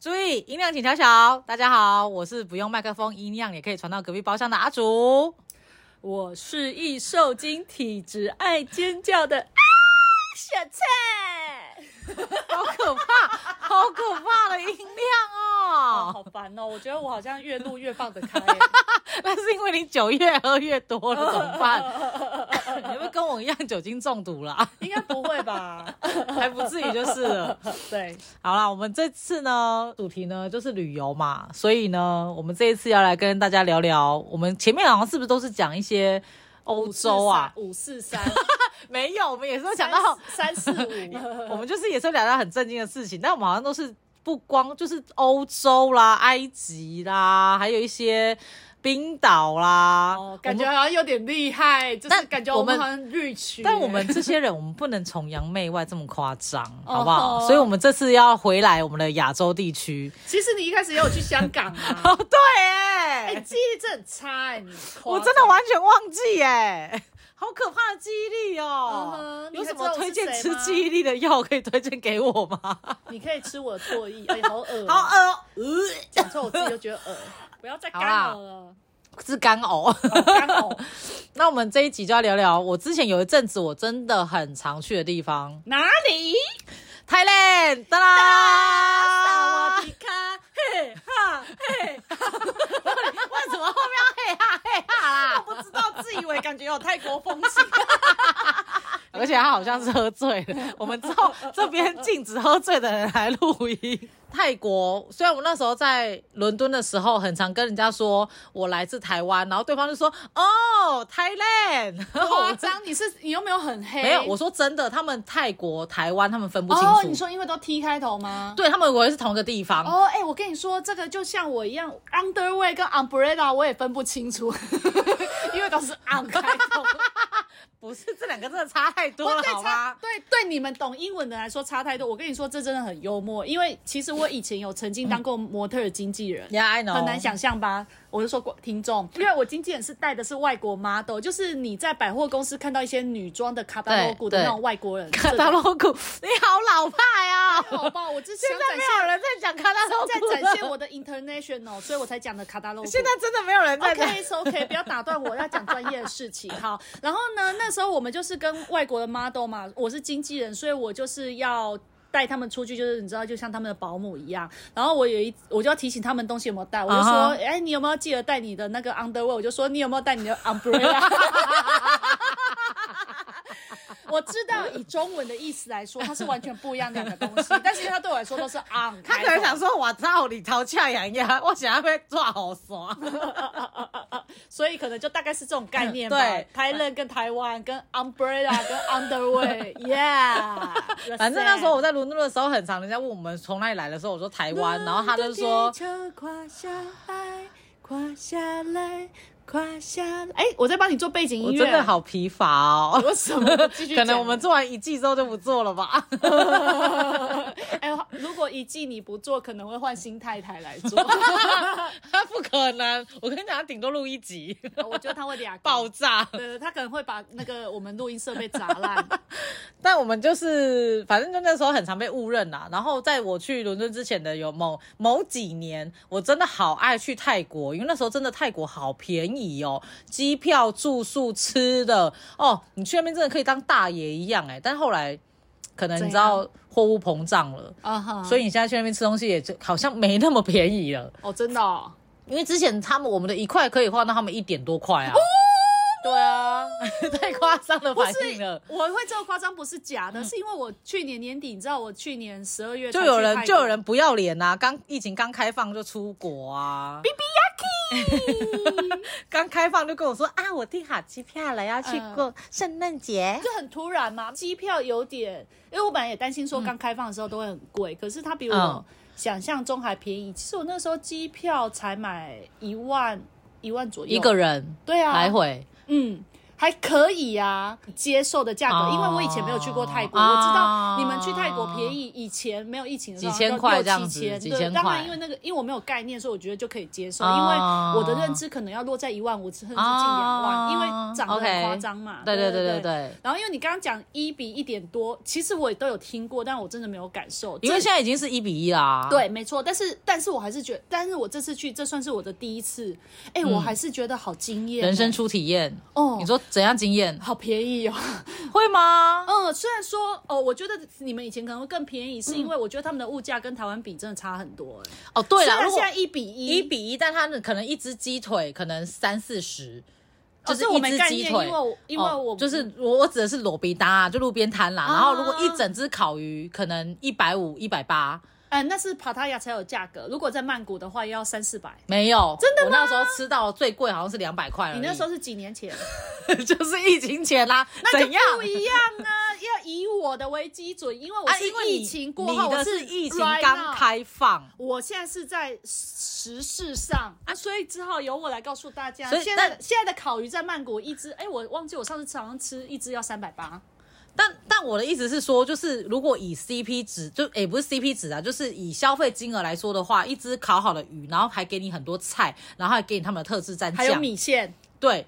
注意音量，请调小。大家好，我是不用麦克风，音量也可以传到隔壁包厢的阿竹。我是易受惊体质爱尖叫的啊小菜。好可 怕，好可怕的音量哦，哦！好烦哦！我觉得我好像越录越放得 开耶。那是因为你酒越喝越多了，怎么办？你 会不会跟我一样酒精中毒啦？应该不会吧？还不至于就是了。对，好啦，我们这次呢，主题呢就是旅游嘛，所以呢，我们这一次要来跟大家聊聊，我们前面好像是不是都是讲一些欧洲啊？五四三，没有，我们也是都我哦讲到，三四 五，我们就是也是聊到很震惊的事情，但我们好像都是不光就是欧洲啦、埃及啦，还有一些冰岛啦，哦，感觉我们。好像有点厉害，就是但感觉我我们们好像 rich，耶但我们这些人，我们不能崇洋媚外这么夸 张，哦好不好？吼所以，我们这次要回来我们的亚洲地 区。其实你一开始也有去香港啊 哦，。对，哎、哎，记忆力真的很差哎，你我真的完全忘记耶，好可怕的记忆力嗯哦！哼有什你还知么道我是推荐谁吃吗记忆 力的药可以推荐给我吗？你可以吃我的唾液，哎，好恶，好，呃饿，讲错我自己就觉得 恶，不要再干好啦扰了，是干呕。好哦干呕。那我们这一集就要聊聊我之前有一阵子我真的很常去的地方哪里？ ，Thailand，哒啊啦！萨瓦迪卡，嘿哈 嘿，为什么后面要嘿哈嘿哈啦？不知道自以为感觉有泰国风情，而且他好像是喝醉了。我们之后这边禁止喝醉的人来录音。泰国，虽然我那时候在伦敦的时候，很常跟人家说我来自台湾，然后对方就说哦，Thailand。然后夸我哦张。你是你又没有很黑，没有，我说真的，他们泰国、台湾他们分不清楚。哦，你说因为都 T 开头吗？对他们以为是同一个地方。哦，哎、我跟你说，这个就像我一样，underwear 跟 umbrella 我也分不清楚， 因为都是 on 开头。不是，这两个真的差太多了，对好差吗？对对，你们懂英文的来说差太多。我跟你说，这真的很幽默，因为其实我以前有曾经当过模特儿经纪人， Yeah, I know。很难。想象吧？我就说过听众，因为我经纪人是带的是外国 model，就是你在百货公司看到一些女装的卡达对罗古的对那种外国人，卡达洛 谷，你好老派啊！这种，好吧，我就想 现在展没现，有人在讲卡达洛谷了，在展现我的 international，所以我才讲的卡达罗古。现在真的没有人在讲。 OK，是 OK，不要打断我，要讲专业的事情。好，然后呢，那时候我们就是跟外国的 model 嘛，我是经纪人，所以我就是要。带他们出去，就是你知道，就像他们的保姆一样。然后我有一，我就要提醒他们东西有没有带，我就说，啊哈哎、你有没有记得带你的那个 underwear？我就说，你有没有带你的 umbrella？我知道以中文的意思来说，它是完全不一样两个东西，但是因为它对我来说都是 on 他开头。可能想说：“我操，你头恰洋呀， 我想要被抓好耍。所以可能就大概是这种概念吧。嗯对，Thailand 跟台湾跟 umbrella 跟 underwear，yeah 。反正那时候我在伦敦的时候，很常人家问我们从哪里来的时候，我说台湾，然后他就说地球垮下来，垮下来，垮下来。哎、我在帮你做背景我音乐，真的好疲乏哦。为什么不继 续可讲？能我们做完一季之后就不做了吧。 哎、如果一季你不做，可能会换新太太来做。 他不可能，我跟你讲，他顶多录一集，我觉得他会俩爆。炸。对，他可能会把那个我们录音设备砸 烂。但我们就是，反正就那时候很常被误认啦。然后在我去伦敦之前的有某某几年，我真的好爱去泰国，因为那时候真的泰国好便宜哦，机票、住宿、吃的哦，你去那边真的可以当大爷一样哎、但后来可能你知怎道货物膨胀了，啊哈，所以以你现在去那边吃东西也就好像没那么便宜了。哦，真的、哦。因为之前他们我们的一块可以换到他们一点多块啊。对啊， 太夸张的哦不反应是了。，我会这么夸张，不是假的，是因为我去年年底，你知道我去年十二月嗯才就去有人泰就国有人不要脸呐、啊！刚疫情刚开放就出国啊，比比 Yaki，刚 开放就跟我说啊，我订好机票了，要去过圣诞节。就很突然嘛，机票有点，因为我本来也担心说刚开放的时候都会很贵，可是它比嗯我想象中还便宜。其实我那时候机票才买一万一万左右一个人对啊来回，嗯，还可以啊，接受的价格，啊因为我以前没有去过泰国，我知道你们去泰国便宜，以前没有疫情的时候几千块六这样七子千，几对，千当块然因为那个，因为我没有概念，所以我觉得就可以接受，因为啊我的认知可能要落在一万五甚至近两万，因为涨得很夸张嘛，对对对对啊对对。然后因为你刚刚讲一比一点多，其实我也都有听过，但我真的没有感受，因为这现在已经是一比一啦。对，没错，但是但是我还是觉得，但是我这次去，这算是我的第一次，哎、我还是觉得好惊嗯艳、啊人生初体验。哦你说怎样经验？好便宜哦， 会吗？嗯，虽然说哦，我觉得你们以前可能会更便宜，是因为我觉得他们的物价跟台湾比真的差很多、哎，哦，嗯对虽了，然如现果在一比一，一比一，但它可能一只鸡腿可能三四十，哦就是这我一没只概鸡念，腿。因为我因为哦我、就是我我指的是裸皮搭、啊，就路边摊啦。然后如果啊一整只烤鱼，可能一百五、一百八，哎、那是帕塔亚才有价格，如果在曼谷的话要三四百。没有。真的吗？我那时候吃到最贵好像是两百块而已。你那时候是几年前？ 就是疫情前啦，那就怎样？不一样啊！要以我的为基准，因为我啊，是因为疫你情过后，你我的是疫情 right 刚 now 开放，我现在是在时事上啊，所以只好由我来告诉大家。所以现在但现在的烤鱼在曼谷一只，哎、我忘记我上次好像吃一只要三百八。但但我的意思是说，就是如果以 CP 值，就也、不是 CP 值啊，就是以消费金额来说的话，一只烤好的鱼，然后还给你很多菜，然后还给你他们的特制蘸酱，还有米线，对。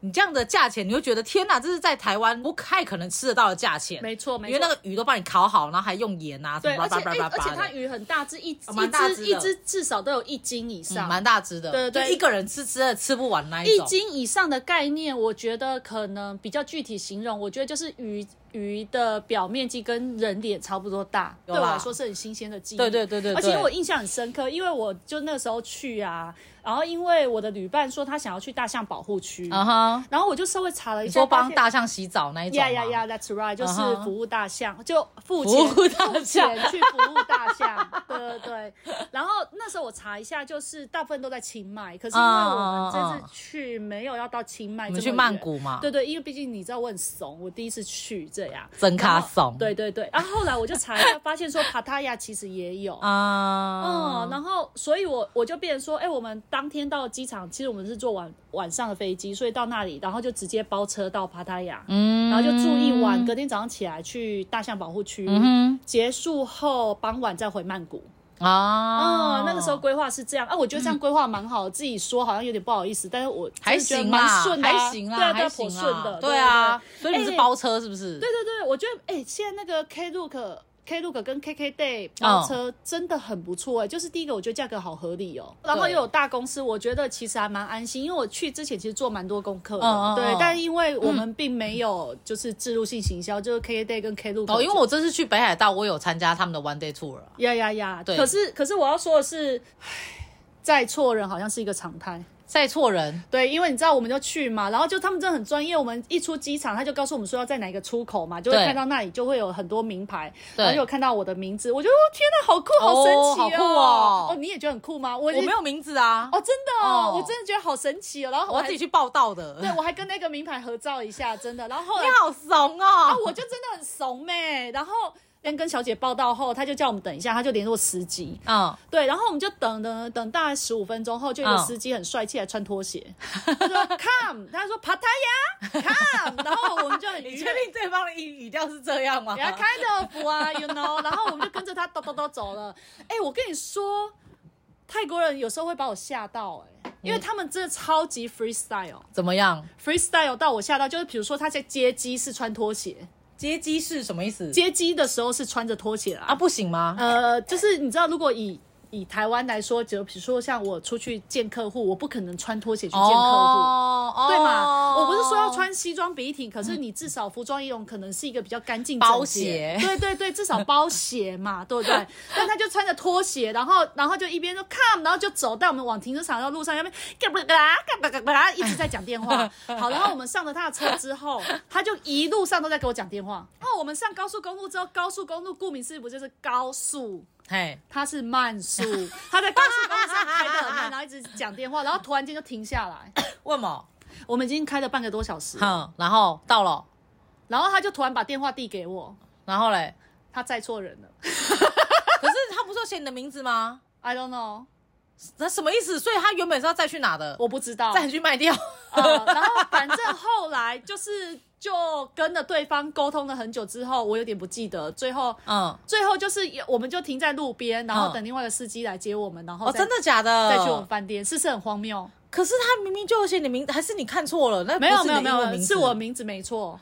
你这样的价钱，你会觉得天哪，这是在台湾不太可能吃得到的价钱。没错没错因为那个鱼都帮你烤好，然后还用盐啊什对，么而叭且叭叭哎、叭而且叭它的，鱼很哦大只，一蛮大一只只的一只至少都有一斤以嗯上，蛮大只的，对对对就一个人吃吃的吃不完那一种。斤以上的概念，我觉得可能比较具体形容，我觉得就是鱼鱼的表面积跟人脸差不多大，有对我啦来说是很新鲜的记忆。对对对对对而且我印象很深刻，因为我就那时候去啊，然后因为我的旅伴说他想要去大象保护区，啊哈，然后我就稍微查了一你下，说帮发现大象洗澡那一种吗呀呀呀，That's right，就是嗯哼服务大象，就服付钱务大付象钱去服务大象，对对对。然后那时候我查一下，就是大部分都在清迈，可是因为我们嗯嗯嗯这次去没有要到清迈，你们去曼。谷嘛？对对，因为毕竟你知道我很怂，我第一次去这样，真卡然后怂对对对，然后后来我就查一下，发现说帕塔亚其实也有，啊，嗯，然后所以我我就变成说，哎、我们当天到机场，其实我们是坐晚晚上的飞机，所以到那里，然后就直接包车到帕塔亚，嗯，然后就住一晚，隔天早上起来去大象保护区，嗯结束后傍晚再回曼谷。哼啊哦、那个时候规划是这样啊，我觉得这样规划蛮好，自己说好像有点不好意思，但是我真还的觉得行蛮啦，顺的啊、还行啦，对啊，对还啊，颇行啦顺的，对啊，所对以你们是哎包车是不是？对对对，我觉得哎、现在那个 Klook。Klook 跟嗯 KKday 包车真的很不错哎、就是第一个我觉得价格好合理哦，然后又有大公司，我觉得其实还蛮安心，因为我去之前其实做蛮多功课的，嗯嗯对，嗯但因为我们并没有就是置入性行销，就是 KKday 跟 Klook，哦，因为我这次去北海道，我有参加他们的 one day tour 啊。呀呀呀，对可是可是我要说的是，唉载错人好像是一个常态。载错人，对，因为你知道，我们就去嘛，然后就他们真的很专业。我们一出机场，他就告诉我们说要在哪一个出口嘛，就会对看到那里就会有很多名牌，对然后有看到我的名字，我就哦天哪，好酷，好神奇啊好酷哦你也觉得很酷吗？我我没有有名字啊，哦，真的哦，哦我真的觉得好神奇哦。然后我要还自己去报道的。对我还跟那个名牌合照一下，真的。然后 后来 你好怂哦！啊，我就真的很怂妹。然后跟跟小姐报道后，她就叫我们等一下，她就联络司机。嗯，对，然后我们就等等等，大概十五分钟后，就有一个嗯司机很帅气，还穿拖鞋， 他说 “come”，他说 “pattaya come”，然后我们就很愉你确悦。定对方的语语调是这样吗？然后 kind of 啊，you know，然后我们就跟着他叨叨叨走了。哎、我跟你说，泰国人有时候会把我吓到、嗯哎，因为他们真的超级 freestyle，freestyle 怎么样？到我吓到，就是比如说他在接机是穿拖鞋，接机是什么意思？接机的时候是穿着拖鞋啦啊，，不行吗？呃，就是你知道，如果以以台湾来说，就比如说像我出去见客户，我不可能穿拖鞋去见客户。哦，哦对嘛？我不是说要穿西装笔挺，可是你至少服装仪容可能是一个比较干净整洁包鞋对对对，至少包鞋嘛，对不对？但他就穿着拖鞋，然后然后就一边说 come，然后就走到我们往停车场的路上，那边嘎巴嘎啦嘎巴嘎巴啦，一直在讲电话。好，然后我们上了他的车之后，他就一路上都在给我讲电话。哦，我们上高速公路之后，高速公路顾名思义不就是高速？嘿，他是慢速，他在高速公路上开得很慢，然后一直讲电话，然后突然间就停下来。问嘛？我们已经开了半个多小时了，哼，然后到了，然后他就突然把电话递给我，然后嘞，他载错人了 可是他不是有写你的名字吗？ ，I don't know。那什么意思？所以他原本是要再去哪的？我不知道。再去卖掉？呃，然后反正后来就是就跟着对方沟通了很久之后，我有点不记得，最后嗯，最后就是也我们就停在路边，然后嗯等另外一个司机来接我们，然 后哦，再真的假的？再去我们饭店，是不是很荒谬？可是他明明就有写你的名，还是你看错了？那不没有是你没的有没英文有，名字是我名字没错。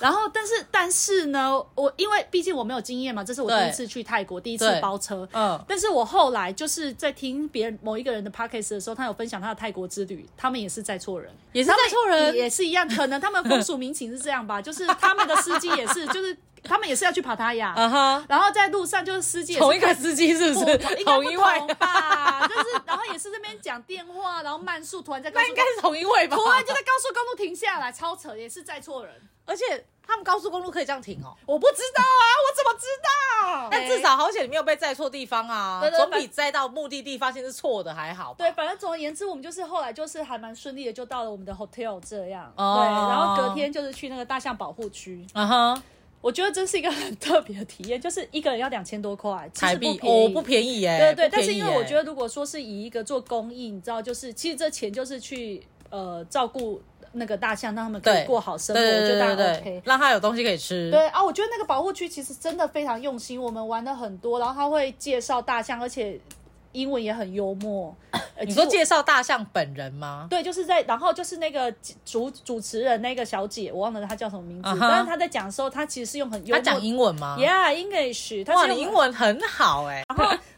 然后，但是但是呢，我因为毕竟我没有经验嘛，这是我对第一次去泰国，第一次对包车。嗯但是我后来就是在听别人某一个人的 podcast 的时候，他有分享他的泰国之旅，他们也是载错人，也是载错人他们也是一样，可能他们风俗民情是这样吧， 就是他们的司机也是，就是他们也是要去帕塔亚，啊哈，然后在路上就是司机也是同一个司机是不不是？应该同不一位啊同？吧， 就是然后也是这边讲电话，然后慢速突然在 告那诉应该是同一位吧？突然就在高速公路停下来，超扯，也是载错人。而且他们高速公路可以这样停哦。我不知道啊，我怎么知道？但至少好险你没有被载错地方啊哎对，对总比载到目的地发现是错的还好吧。 对，反正总而言之，我们就是后来就是还蛮顺利的，就到了我们的 hotel 这样。哦对，然后隔天就是去那个大象保护区。啊哈，我觉得真是一个很特别的体验，就是一个人要两千多块，其实台不币便宜哦不便宜耶，对对，不但便宜是因为耶我觉得，如果说是以一个做公益，你知道，就是其实这钱就是去呃照顾那个大象，让他们可以对过好生活，对我觉对得当对然对 OK 对。，让他有东西可以吃。对啊，我觉得那个保护区其实真的非常用心，我们玩了很多，然后他会介绍大象，而且英文也很幽默。 呃你说？其实我介绍大象本人吗？对，就是在，然后就是那个主主持人那个小姐，我忘了她叫什么名字啊哈但是她在讲的时候，她其实是用很幽他默。讲英文吗？ Yeah, English。她啊哇，是用你英文很好哎，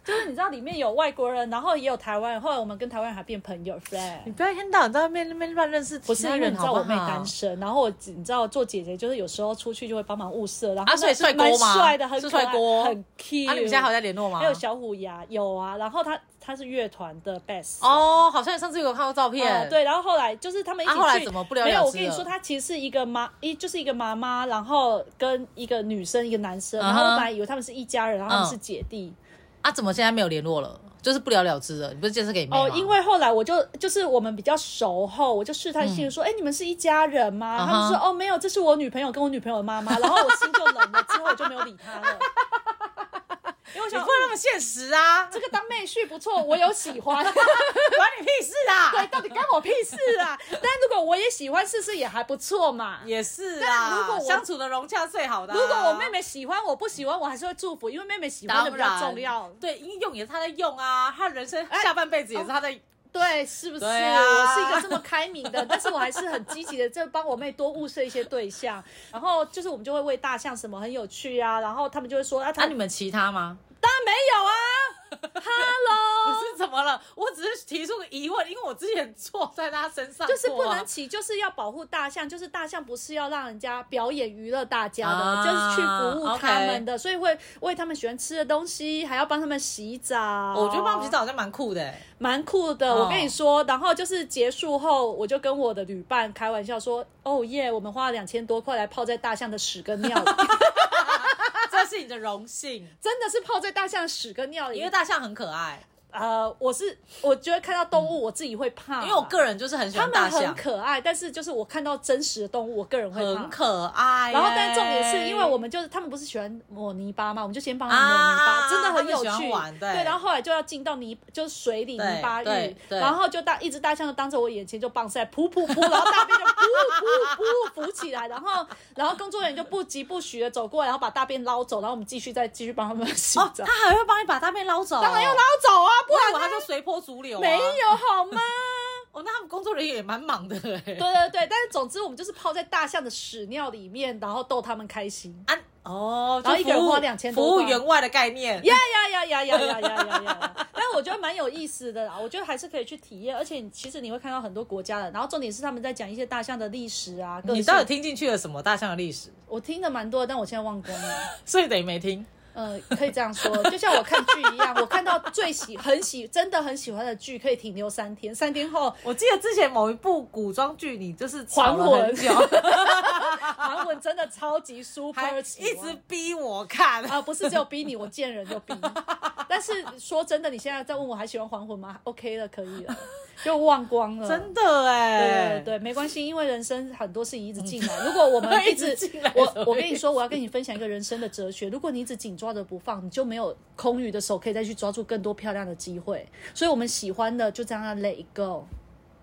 就是你知道里面有外国人，然后也有台湾人，后来我们跟台湾人还变朋友你，friend。不要一天到晚在外面那边乱认识不其是他因为人你知好道不我好？妹单身，然后我你知道做姐姐就是有时候出去就会帮忙物色，然后啊所以那帅蛮锅吗帅的，很是可爱帅锅很 cute。啊，你们现在还有在联络吗？还有小虎牙有啊，然后他他是乐团的 bass 哦，好像你上次有看过照呃片，，对，然后后来就是他们一起啊去，后来怎么不了了没之了有，我跟你说，他其实是一个妈一就是一个妈妈，然后跟一个女生一个男嗯生，然哼后我本来以为他们是一家人，然后他们嗯是姐弟啊，怎么现在没有联络了？就是不了了之了。你不是介绍给你妹吗？哦，因为后来我就就是我们比较熟后，我就试探性地说，哎，你们是一家人吗？嗯他哼们说哦没有，这是我女朋友跟我女朋友的 妈妈，然后我心就冷了，之后我就没有理他了，因为我你想不能那么现实 啊，这个当妹婿不错，我有喜欢。啊管你屁事 对，啊！到底干我屁事啊？但如果我也喜欢试试，也还不错嘛。也是但啊，如果我相处的融洽最好的啊、如果我妹妹喜欢，我不喜欢，我还是会祝福，因为妹妹喜欢当的然比较重要。对，因为用也是她在用啊，她人生哎下半辈子也是她在。对，是不是？对啊我是一个这么开明 的，但是我还是很积极的，在帮我妹多物色一些对 象。然后就是我们就会喂大象什么很有趣啊，然后他们就会说啊，那、他你们其他吗？当然没有啊 不 ，Hello。是怎么了？我只是提出个疑问，因为我之前错在她身上过啊、就是不能骑，就是要保护大象，就是大象不是要让人家表演娱乐大家的，啊就是去服务他们的，所以会喂他们喜欢吃的东西，还要帮他们洗澡。哦。我觉得帮我们洗澡好像蛮酷的、欸，蛮酷的，哦我跟你说。然后就是结束后，我就跟我的旅伴开玩笑说：“哦耶，我们花了两千多块来泡在大象的屎跟 尿里，这是你的荣幸，真的是泡在大象的屎跟尿里。”因为大象很可爱，呃，我是我觉得看到动物我自己会怕，嗯因为我个人就是啊很喜他欢大们很象，可爱，但是就是我看到真实的动物，我个人会怕。很可爱欸、然后，但重点是因为我们就是他们不是喜欢抹泥巴嘛，我们就先帮他们抹泥巴，啊真的很他们有喜趣。欢玩对然后后来就要进到泥，就是水里对泥巴浴对，对然后就大一只大象就当着我眼前就棒晒，噗噗噗，然后大便就噗噗噗浮起来，然后然后工作人员就不疾不徐的走过来，然后把大便捞走，然后我们继续再继续帮他们洗哦，澡。他还会帮你把大便捞走，当然要捞走啊，不不然然我还说随波逐流、啊，没有好吗？ 哦，那他们工作人员也蛮忙的哎、对对对，但是总之我们就是泡在大象的屎尿里面，然后逗他们开心。啊，哦，然后就一个人服务花2000多服务块员外的概念。呀呀呀呀呀呀呀呀呀！但我觉得蛮有意思的啦，我觉得还是可以去体验，而且你其实你会看到很多国家的，然后重点是他们在讲一些大象的历史啊。个你性到底听进去了什么大象的历史？我听的蛮多的，但我现在忘光了。所以等于没听。呃，可以这样说，就像我看剧一样，我看到最喜很喜真的很喜欢的剧，可以停留三天，三天后我记得之前某一部古装剧，你就是吵了还很久，韩文真 的超级 super，还一喜欢直逼我看。呃啊，不是只有逼你，我见人就逼。但但是说真的，你现在再问我还喜欢还魂吗？OK 了，可以了，就忘光了。真的哎、对对，没关系，因为人生很多事情一直进来。如 果我们一直一直进来我什么我跟意你思说，我要跟你分享一个人生的哲学。如果你一直紧抓着不放，你就没有空余的手可以再去抓住更多漂亮的 机会。所以我们喜欢的就这样啊 let it go。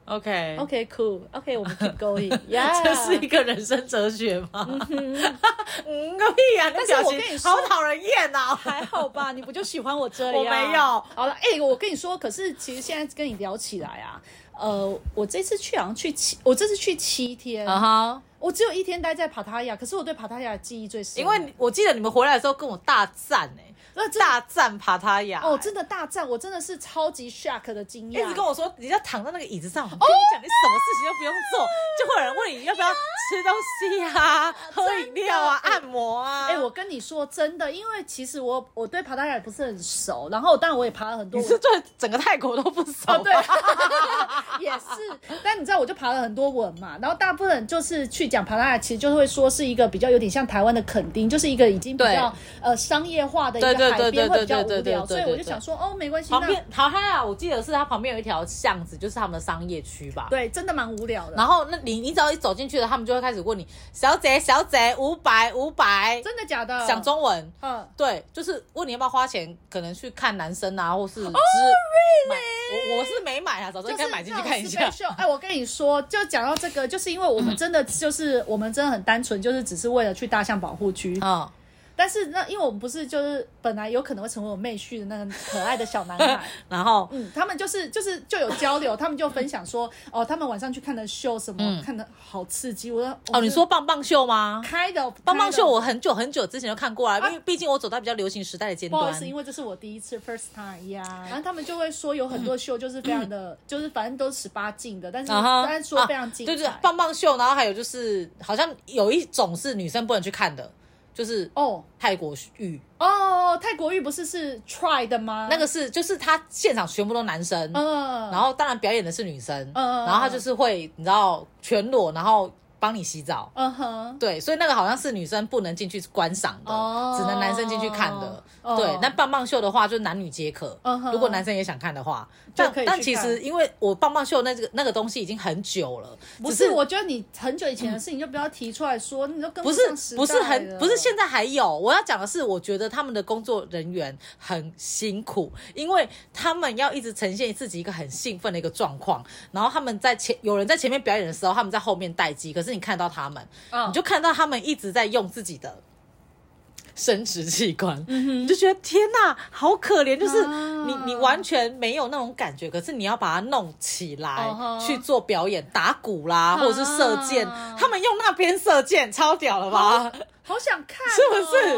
o k OK cool。OK，我们 keep going。这嗯是一 Yeah。个人生哲学吗？ 嗯，个屁呀、啊！但是表我情跟你说好讨人厌 呐、啊！还好吧，你不就喜欢我这样？啊我没有好了，哎、我跟你说，可是其实现在跟你聊起来啊，呃，我这次去好像去七，我这次去七天，哈，我只有一天待在帕塔亚，可是我对帕塔亚的记忆最深，因为我记得你们回来的时候跟我大战哎、那真的大战爬他雅、哦，真的大战，我真的是超级 shock 的惊一讶。直跟我说，你要躺在那个椅子上，我哦跟你讲，你什么事情都不用做， 就会有人问你要不要吃东西啊、喝饮料啊、 真的按摩啊。哎、我跟你说真的，因为其实我我对爬塔亚也不是很熟，然后当然我也爬了很多你我是对整个泰国都不熟啊哦，吧对， 也是。但你知道，我就爬了很多文嘛，然后大部分就是去讲爬拉，其实就是会说是一个比较有点像台湾的垦丁，就是一个已经比较呃商业化的一个对对海边，对对会比对较无对聊，对对所以对我就想说，哦，没关系，旁那边桃哈啊，我记得是它旁边有一条巷子，就是他们的商业区吧。。对，啊真的蛮无聊的然。后那你你只要一走进去了，他们就会开始问你，小姐小姐五百五百，真的假的？讲中文。嗯，对，就是问你要不要花钱，可能去看男生啊，或是哦、really? 我我是没买啊，早知道 Oh, 就应是该买进去看一下嗯那种。special。哎，我跟你说，就讲到这个，就是因为我们真的就是我们真的很单纯，就是只是为了去大象保护区。嗯，但是那因为我们不是就是本来有可能会成为我妹婿的那个可爱的小男 孩，然后嗯，他们就是就是就有交流，他们就分享说，哦，他们晚上去看的秀什么，嗯看的好刺激。我说，哦，你说棒棒秀吗？开的棒棒秀，开的我很久很久之前就看过啊了，因为毕竟我走到比较流行时代的尖不好意端。嗯思，因为这是我第一次 first time 呀。然后他们就会说有很多秀就是非常的，就是反正都是十八禁的，但是啊哈但是说非常精彩。啊对对，棒棒秀，然后还有就是，好像有一种是女生不能去看的，就是哦泰国浴，哦，泰国浴不是是 try 的吗？那个是就是他现场全部都男生，嗯，然后当然表演的是女生，嗯然后他就是会你知道全裸，然后帮你洗澡。嗯哼。对，所以那个好像是女生不能进去观赏的，哦只能男生进去看的。哦对，那棒棒秀的话，就是男女皆可。嗯哼如果男生也想看的话，就但可以去但其实看因为我棒棒秀那这个那个东西已经很久了，不只是，我觉得你很久以前的事情就不要提出来说，你都跟不上是时代不是很了不是现在还有，我要讲的是，我觉得他们的工作人员很辛苦，因为他们要一直呈现自己一个很兴奋的一个状况，然后他们在前有人在前面表演的时候，他们在后面待机，可是你看到他们，嗯你就看到他们一直在用自己的。生殖器官，你就觉得天呐，好可怜！就是嗯啊你，你完全没有那种感觉，可是你要把它弄起来、嗯哼去做表演，打鼓啦，或者是射箭，啊他们用那边射箭，超屌了吧？好想看、哦，是不是？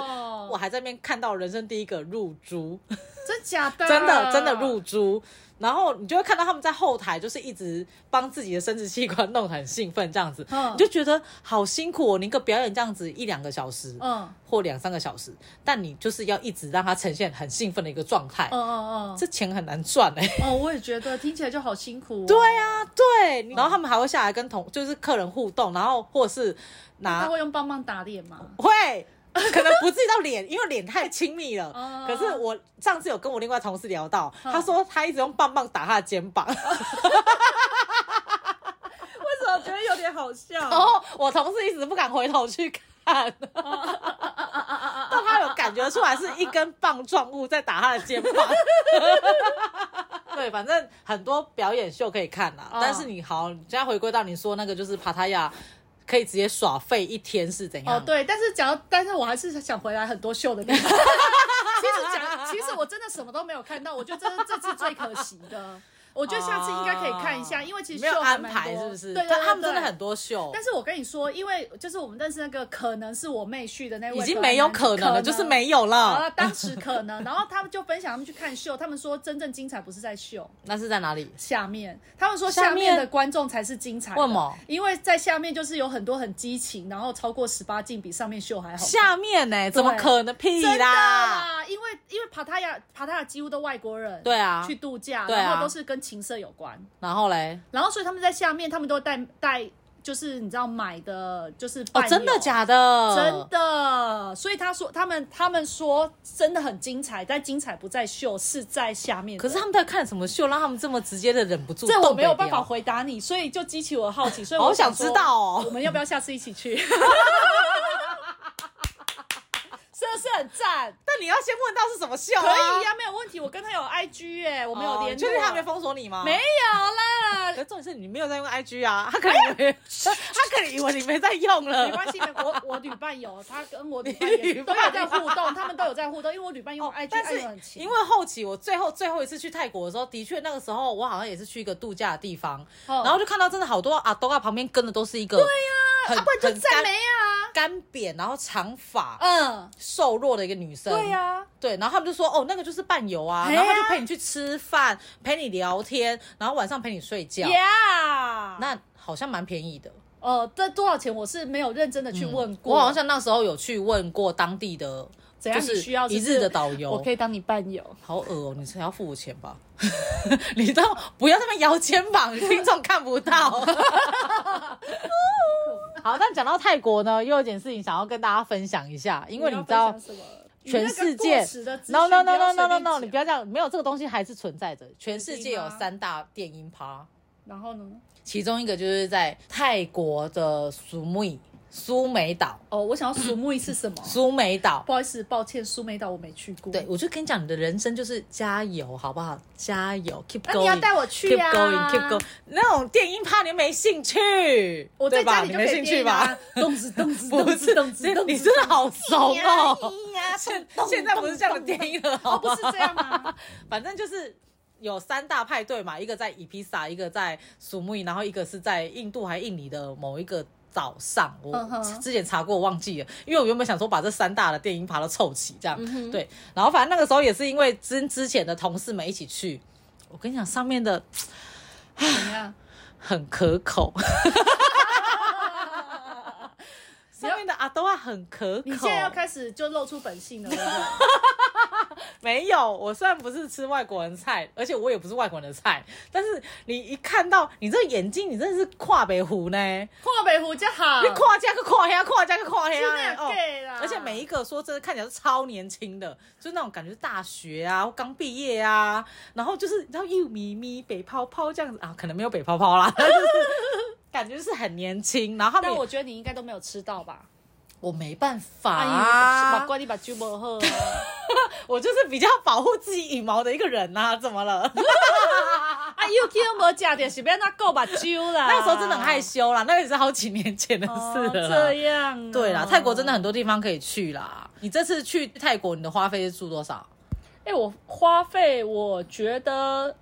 我还在那边看到人生第一个入珠，真假的？真的真的入珠。然后你就会看到他们在后台，就是一直帮自己的生殖器官弄得很兴奋这样子，嗯你就觉得好辛苦哦。你一个表演这样子一两个小时，嗯或两三个小时，但你就是要一直让它呈现很兴奋的一个状态，嗯嗯嗯，这钱很难赚哎、哦，我也觉得听起来就好辛苦、哦。 对啊，对。然后他们还会下来跟同就是客人互动，然后或是拿他会用棒棒打脸吗？会，可能不至于到脸，因为脸太亲密了。哦可是我上次有跟我另外同事聊到，嗯他说他一直用棒棒打他的肩膀，为什么觉得有点好笑？然后我同事一直不敢回头去看， 但他有感觉出来是一根棒状物在打他的肩膀。 对，反正很多表演秀可以看啦，嗯但是你好，你现在回归到你说那个，就是帕塔亚可以直接耍废一天是怎样？哦，对，但是讲到，但是我还是想回来很多秀的地 方。其实讲，其实我真的什么都没有看到，我觉得这是这次最可惜的。我觉得下次应该可以看一下，哦因为其实没有秀还安蛮排多是不是？对对但对他们真的对很多秀，但是我跟你说，因为就是我们认识那个可能是我妹婿的那位，已经没有可能了，就是。没有好了，了。当时可能，然后他们就分享他们去看秀，他们说真正精彩不是在秀那是在哪里？下面，他们说下下面面的观众才是精彩的。为什么？因为在下面就是有很多很激情，然后超过十八禁比上面秀还好看。下面呢、怎么可能？屁真的啦！啦，因为因为帕塔亚帕塔亚几乎都外国人，对啊去度假，对啊然后都是跟情色有关，然后嘞，然后所以他们在下面，他们都带带就是你知道买的，就是哦，伴真的游假的？真的，所以他说他们他们说真的很精彩，但精彩不在秀，是在下面的。可是他们在看什么秀，让他们这么直接的忍不住？这我没有办法。回答你，所以就激起我的好奇，所以好我哦想说知道哦 我们要不要下次一起 去？是不是很赞？但你要先问到是什么秀、啊，可以呀、没有问题。我跟他有 IG 哎、我我们有联络。确定他没封锁你吗？没有啦可，是重点是你没有在用 IG 啊，他可能以为、 他可能以为你没在用了。哎 没关系，我我旅伴有，他跟我旅伴也你是旅都伴有在互动，他们都有在互动，因为我旅伴用 IG 哦但按钮很是勤因为后期我最后最后一次去泰国的时候，的确那个时候我好像也是去一个度假的地方，嗯然后就看到真的好多阿东啊旁边跟的都是一个对呀、很啊，不然就很干赞美啊，干瘪，然后长发、嗯，瘦弱的一个女生。对呀、对，然后他们就说哦，那个就是伴游啊，哎呀然后他就陪你去吃饭，陪你聊天，然后晚上陪你睡觉。 Yeah，那好像蛮便宜的，呃，这多少钱我是没有认真的去问嗯过。我好像那时候有去问过当地的，怎样就你是需要一是不是日的导游，我可以当你伴游。好恶哦、你是要付我钱吧？ 你到不要那么摇肩膀，听众看不到。 好，但讲到泰国呢，又有一件事情想要跟大家分享一下，因为你知道要分享什么全世界你那个过时的资讯，no no no 不 no 要随 no no no，你便讲不要这样，没有这个东西还是存在着。全世界有确定吗三大电音趴，然后呢？其中一个就是在泰国的苏梅苏梅岛，哦，我想要数目一次什么？苏梅岛。不好意思，抱歉，苏梅岛我没去过。啊对，，我就跟你讲，你的人生就是加油，好不好？加油，keep 那 going。你要带我去 Keep 啊 going, keep going。那种电音趴你没兴趣，我在对吧家里就你可没以兴趣边吧啊？，动子动 子不动是子动子动子，你真的好动怂子哦！！现现在不是这样的电音了，哦，好不是这样吗？反正就是有三大派对嘛，一个在伊比萨，一个在苏木伊，然后一个是在印度还印尼的某一个。早上，我嗯哼之前查过，我忘记了，因为我原本想说把这三大的电音趴都凑齐，这嗯样、对。然后反正那个时候也是因为之之前的同事们一起去，我跟你讲，上面的怎么样？很可 口，上面的阿都啊很可口。你现在要开始就露出本性了，对不对？没有，我虽然不是吃外国人菜，而且我也不是外国人的菜，但是你一看到你这眼睛，你真的是跨北湖呢，阔北湖就好，你跨家个跨黑，跨家个跨黑去那哎啊！个 gay 啦而且每一个说真的，看起来都超年轻的，就那种感觉是大学啊，或刚毕业啊，然后就是然后又咪咪北泡泡这样子啊，可能没有北泡泡啦， 但就是感觉是很年轻。然后他们但也我觉得你应该都没有吃到吧？我没办法啊，啊，把怪你把酒不 喝，我就是比较保护自己羽毛的一个人呐、怎么了？啊，U Q 没假点，是不要那够把酒啦。 那时候真的很害羞啦，那个也是好几年前的事啊哦了啦。这样哦对啦，泰国真的，很多地方可以去啦。你这次去泰国，你的花费是住多少？哎，我花费我觉得。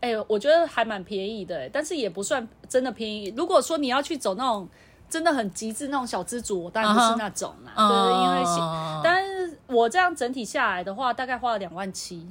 哎、我觉得还蛮便宜的、欸但是也不算真的便宜。如果说你要去走那种真的很极致那种小资主，我当然不是那种啦对，因为是，嗯但是我这样整体下来的话，大概花了两万七。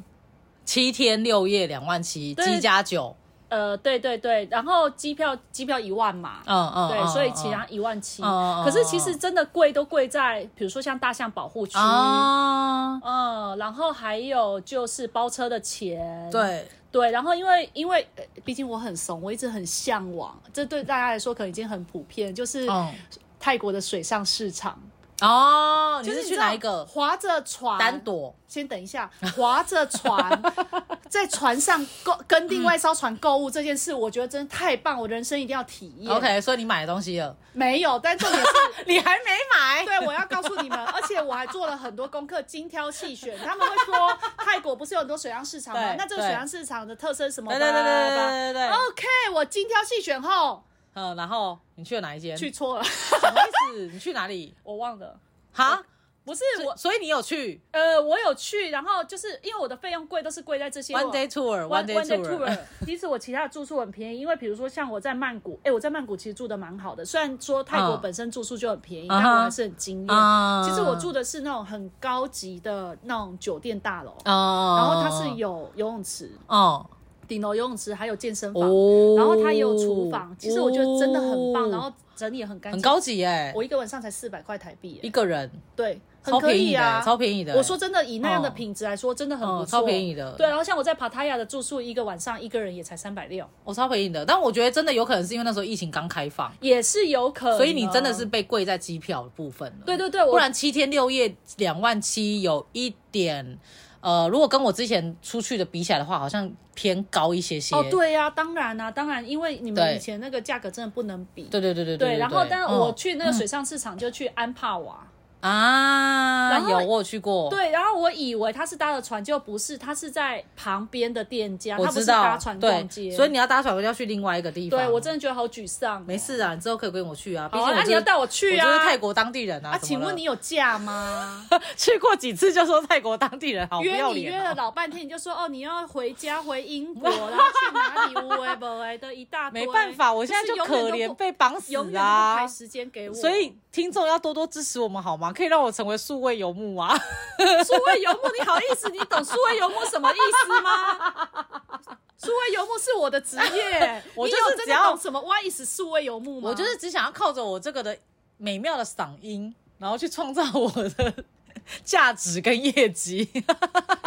七天六夜两万七，对七加九，呃，对对对，然后机票机票一万嘛，嗯嗯，对，嗯所以嗯其他一万七。嗯可是其实真的贵都贵在，比如说像大象保护区，嗯啊，嗯，然后还有就是包车的钱，对，对，然后因为因为呃毕竟我很怂，我一直很向往，这对大家来说可能已经很普遍，就是嗯，泰国的水上市场，哦，你就是你去知道啊哪一个？划着船单躲，先等一下，划着船，在船上购跟另外一艘船购物这件事，我觉得真的太棒，我人生一定要体验。 OK，所以你买的东西了，。没有，但重点是你还没买？对，我要告诉你们，而且我还做了很多功课，精挑细选。他们会说，泰国不是有很多水上市场吗对？那这个对水上市场的特色是什么？对对对对对对对 OK，我精挑细选后嗯，然后你去了哪一间？去错 了，什么意思？你去哪里？我忘了。哈，不是 我，所以你有去呃，我有去，然后就是因为我的费用贵，都是贵在这些。 one day One tour，one One day tour， tour，其实我其他的住宿很便宜，因为比如说像我在曼谷，哎、我在曼谷其实住的蛮好的，虽然说泰国嗯本身住宿就很便宜，嗯哼但我还是很惊艳。嗯其实我住的是那种很高级的那种酒店大楼，哦，然后它是有游泳池、哦，顶楼游泳池还有健身房，哦然后它也有厨房，其实我觉得真的很棒，哦然后整理也很干净，很高级耶、我一个晚上才四百块台币耶，一个人对，很超可便宜以的、啊。超便宜的。我说真的，以那样的哦品质来说，真的很不嗯，错，超便宜的，对，然后像我在帕塔亚的住宿，一个晚上一个人也才三百六，我、超便宜的。但我觉得真的有可能是因为那时候疫情刚开放，也是有可能。所以你真的是被贵在机票的部分了。啊对对对，我不然七天六夜两万七有一点，呃，如果跟我之前出去的比起来的话，好像偏高一些些。哦，对呀、当然啊，当然，因为你们对以前那个价格真的不能比。对对对对对然后但是嗯我去那个水上市场就去安帕瓦，啊，然后有我有去过，对，然后我以为他是搭了船，就不是，他是在旁边的店家，我啊他不知是道，搭船逛街，对，所以你要搭船我就要去另外一个地方。对我真的觉得好沮丧哦。没事啊，你之后可以跟我去啊，毕好竟我啊，那、就是、你要带我去啊？我就是泰国当地人啊。啊？怎请么了问你有假吗？ 去过几次就说泰国当地人好不约要你约脸、了啊？老半天，你就说哦，你要回家回 英国，然后去哪里乌为不为的一大堆，没办法，我现在就就是永远可都怜不被绑永死远都不啊排！时间给我，所以 听众要多多支持我们好吗？可以让我成为数位游牧啊！ 数位游牧，你好意思？你懂数位游牧什么意 思吗？数位游牧是我的职业，我你就有是只真的要懂什么 what is 数位游牧吗？我就是只想要靠着我这个的美妙的嗓音，然后去创造我的 价值跟业绩。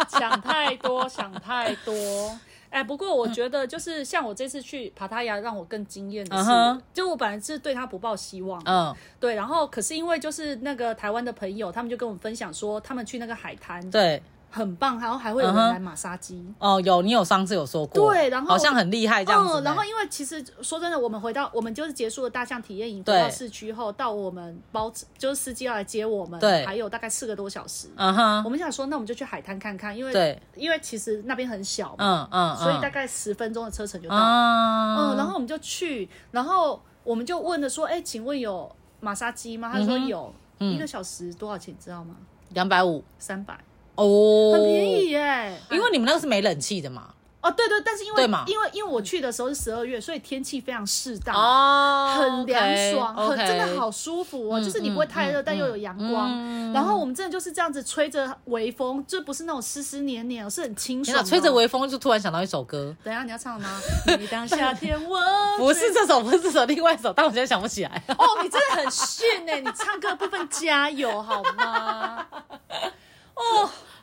想太多，想太多。哎，不过我觉得就是像我这次去帕塔亚，让我更惊艳的是嗯哼就我本来是对他不抱希望， 嗯，对，然后可是因为就是那个台湾的朋友，他们就跟我们分享说，他们去那个海滩对，很棒，然后还会有人嗯哼来马杀鸡。哦，有你有上次有说过，对然后好像很厉害这样子呢、嗯，然后因为其实说真的，我们回到我们就是结束了大象体验营，回对到市区后，到我们包就是司机要来接我们，对还有大概四个多小时。嗯哼，我们想说，那我们就去海滩看看，因为对，因为其实那边很小嘛，嗯嗯，所以大概概十分钟的车程就到。啊，嗯，然后我们就去，然后我们就问了说，哎，请问有马杀鸡吗？他嗯说有，一个小时多少钱，你知道吗？两百五三百，哦，很便宜，耶。因为你们那个是没冷气的嘛，哦，对对，但是因为对嘛因为因为我去的时候是十二月，所以天气非常适当。哦啊很凉爽，很 OK，真的好舒服哦，嗯就是你不会太热，嗯但又有阳光。嗯然后我们真的就是这样子吹着微风，就不是那种湿湿黏黏，是很清天哪，爽的。哎吹着微风就突然想到一首歌，等一下你要 唱吗？每当夏天我不是 这首，不是这首，另外一首，但我现在想不起来。哦，你真的很逊哎，你唱歌的部分加油好吗？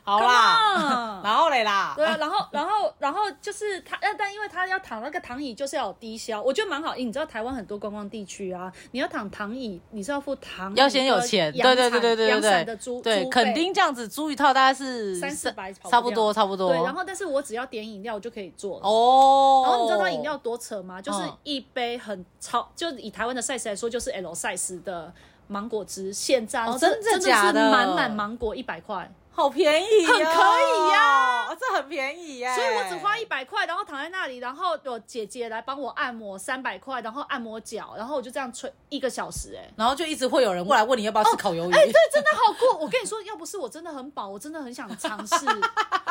好啦，然后嘞啦，对啊，然后然后然后就是他，但但因为他要躺那个躺椅，就是要有低消，我觉得蛮好。你知道台湾很多观光地区啊，你要躺躺椅，你是要付躺椅要先有钱，跟阳对对对伞对对阳伞的对租对，对，租费肯定这样子租一套大概是三四百跑不差不多掉差不多。对。然后但是我只要点饮料，我就可以做。哦，然后你知道它饮料多扯吗？就是嗯一杯很超，就是以台湾的 size 来说，就是 L size 的芒果汁，现榨哦这真的真的假是的满满芒果一百块。好便宜哦，很可以呀，这很便宜耶。所以我只花一百块，然后躺在那里，然后有姐姐来帮我按摩三百块，然后按摩脚，然后我就这样吹一个小时、哎。然后就一直会有人过来问你要不要吃烤鱿鱼。哎，对，真的好酷！我跟你说，要不是我真的很饱，我真的很想尝 试。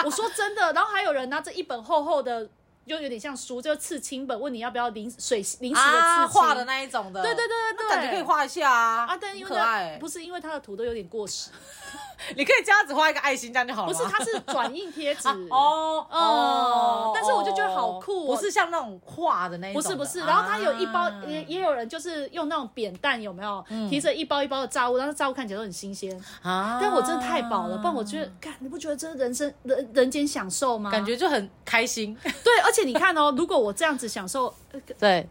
我说真的，然后还有人拿着一本厚厚的，就有点像书，就是刺青本，问你要不要零水零食的啊，刺青。画的那一种的，对对对对那感觉可以画一下啊。啊，但因为很可那爱，不是因为它的图都有点过时，你可以这样子画一个爱心，这样就好不了。是它是转印贴 纸哦哦但是我就觉得好酷哦不是像那种画的那一不种的。是不是，然后它有一包，啊也也有人就是用那种扁担，有没有？提着一包一包的炸物，但是炸物看起来都很新鲜。嗯啊但我真的太饱了，不然我觉得，干，你不觉得这是人生人人间享受吗？感觉就很开心。对，而且你看哦， 如果我这样子享受，呃对，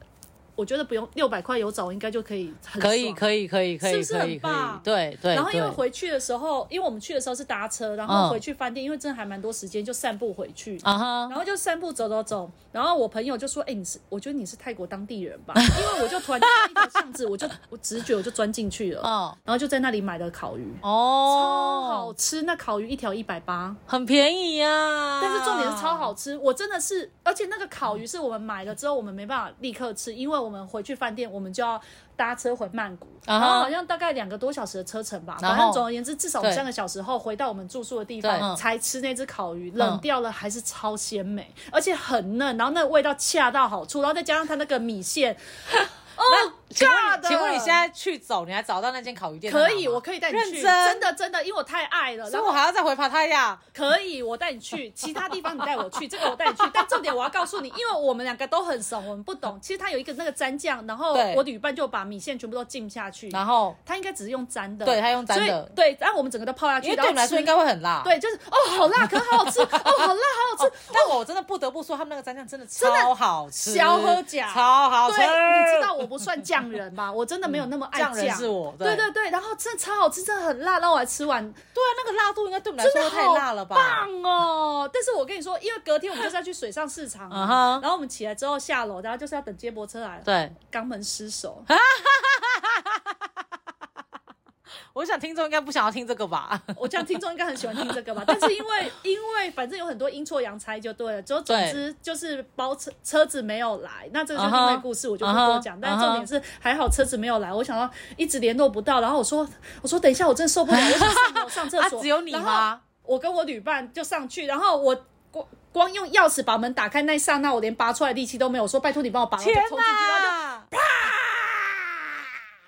我觉得不用六百块有找，我应该就可以很可以爽可以可以可以，是不是可很以棒可以对对。然后因为对回去的时候，因为我们去的时候是搭车，然后嗯回去饭店，因为真的还蛮多时间，就散步回去。啊哈，然后就散步走走走，然后我朋友就说：“哎、你是我觉得你是泰国当地人吧？”因为我就突然看一条巷子，我就我直觉我就钻进去了，哦然后就在那里买了烤鱼，超好哦，吃。那烤鱼一条一百八，很便宜呀。但是重点是超嗯好吃，我真的是，而且那个烤鱼是我们买了之后，我们没办法立刻吃，因为我们回去饭店，我们就要搭车回曼谷，啊哈然后好像大概两个多小时的车程吧。然后反正总而言之，至少我们对三个小时后回到我们住宿的地对方嗯才吃那只烤鱼，冷掉了还是超鲜美， 而且很嫩，然后那个味道恰到好处，然后再加上它那个米线，哦，请问尬的你，请问你现在去走，你还找到那间烤鱼店在哪可吗？以，我可以带你去，认真真的真的，因为我太爱了。所然以后我还要再回爬泰亚。可以，我带你去， 其他地方你带我去，这个我带你去。但重点我要告诉你，因为我们两个都很怂，我们不懂。其实它有一个那个蘸酱，然后对我旅伴就把米线全部都浸下去，然后，他应该只是用沾的，对他用沾的所以对，然后我们整个都泡下去，因为然对后你们来说吃应该会很辣。对，就是哦，好辣，可是好好 吃，哦，好辣，好好吃哦。，但我真的不得不说，他们那个蘸酱真的的超好吃，小喝甲超好吃。对，你知道我不算酱人吧？我真的没有那么爱酱人是我，对对对，然后真的超好吃，真的很辣，然后我还吃完，对啊，那个辣度应该对我们来说太辣了吧？棒哦！但是我跟你说，因为隔天我们就是要去水上市场 嗯啊，哼然后我们起来之后下楼，然后就是要等接驳车来，对，肛门失手， 我想听众应该不想要听这个吧？我这样听众应该很喜欢听这个吧？ 但是因为因为反正有很多阴错阳差就对了，就总对之就是包车车子没有来，那这个就是另外一个故事，我就不嗯哼多讲。嗯但是哼重点是还好车子没有来，我想要一直联络不到，然后我说我说等一下我真的受不了，我想上楼上厕 啊，所，只有你然后吗？我跟我旅伴就上去，然后我光光用钥匙把门打开那一刹那，我连拔出来的力气都没有，我说拜托你帮我拔，我就天冲进去，然后就哪！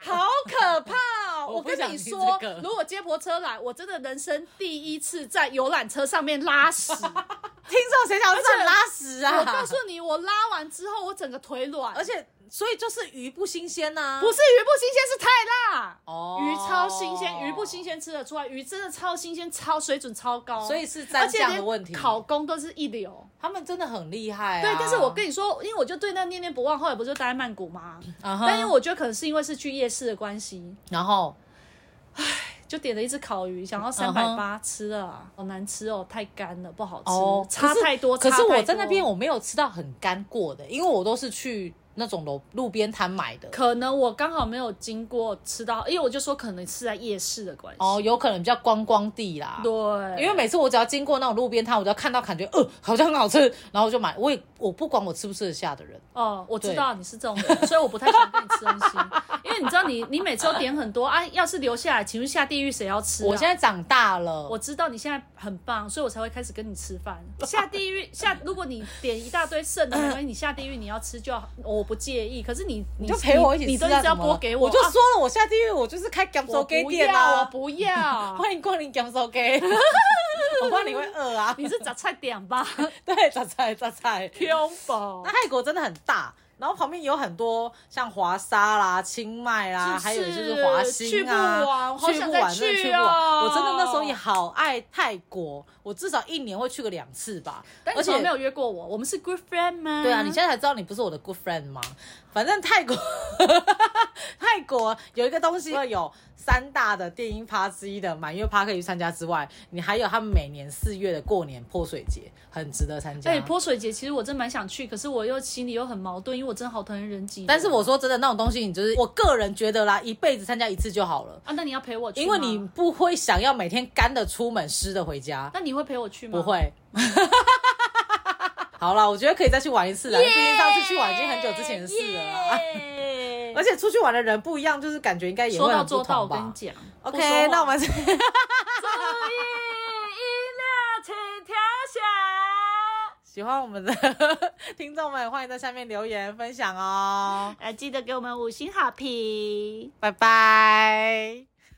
好可怕哦！我我不跟想你听说，这个如果接驳车来，我真的人生第一次在游览车上面 拉屎。啊听众谁想知道你拉屎啊？我告诉你，我拉完之后，我整个腿软，而且所以就是鱼不新鲜呐、不是鱼不新鲜，是太辣。哦鱼超新鲜，鱼不新，鲜吃得出来，鱼真的超新鲜，超水准超高，哦所以是而蘸且酱的连问题。烤工都是一流。他们真的很厉害、啊。对，但是我跟你说，因为我就对那念念不忘，后来不就待在曼谷吗？啊哈，但因为我觉得可能是因为是去夜市的关系，然后就点了一只烤鱼，想要三嗯百哼八，吃了啊、好难吃哦，太干了，不好吃，哦，差可是太多。可差是我太多在那边我没有吃到很干过的，因为我都是去那种楼路边摊买的。可能我刚好没有经过吃到，因为我就说可能是在夜市的关系。哦，有可能比较观光地啦。对，因为每次我只要经过那种路边摊，我只要看到感觉呃好像很好吃，然后我就买。我也我不管我吃不吃得下的人，哦，我知对道你是这种 人，所以我不太喜欢跟你吃东西，因为你知道你你每次都点很多啊，要是留下来，请问下地狱谁要吃、啊？我现在长大了，我知道你现在很棒，所以我才会开始跟你吃 饭。下地狱下，如果你点一大堆剩的，没关系，你下地狱你要吃就好，我不介意。可是你你就陪我一起吃、啊、你都一直要怎么播了给我就啊说了，我下地狱我就是开港我手不 gay 店要，我啊，不 要。欢迎光临港手 gay，我怕你会饿 啊。你是杂菜点 吧？对，榨菜榨菜。丢宝那。泰国真的很大，然后旁边有很多像华沙啦、清迈啦，是还有就是华去兴不啊完，好去想不再完，真的去去不完。哦我真的那时候也好爱泰国，我至少一年会去个两次吧。但你而怎且么没有嗯约过我？我们是 good friend 吗？对啊，你现在才知道你不是我的 good friend 吗？反正泰国， 泰国有一个东西，除了有三大的电音趴之一的满月趴可以去参加之外，你还有他们每年四月的过年泼水节，很值得参加。哎，泼水节其实我真蛮想去，可是我又心里又很矛盾，因为我真的好讨厌人挤人。但是我说真的，那种东西你就是我个人觉得啦，一辈子参加一次就好了，啊，那你要陪我去吗？因为你不会想要每天干的出门，湿的回家，那你会陪我去吗？不。会。 好啦，我觉得可以再去玩一次啦，毕竟上次去玩已经很久之前的事了啦。耶 而且出去玩的人不一样，就是感觉应该也说会到很不做到，我同跟你吧。讲。不说 OK，话那我们 是 注意音量，请调小。喜欢我们的 听众们，欢迎在下面留言分享哦，呃，记得给我们五星好评。拜拜。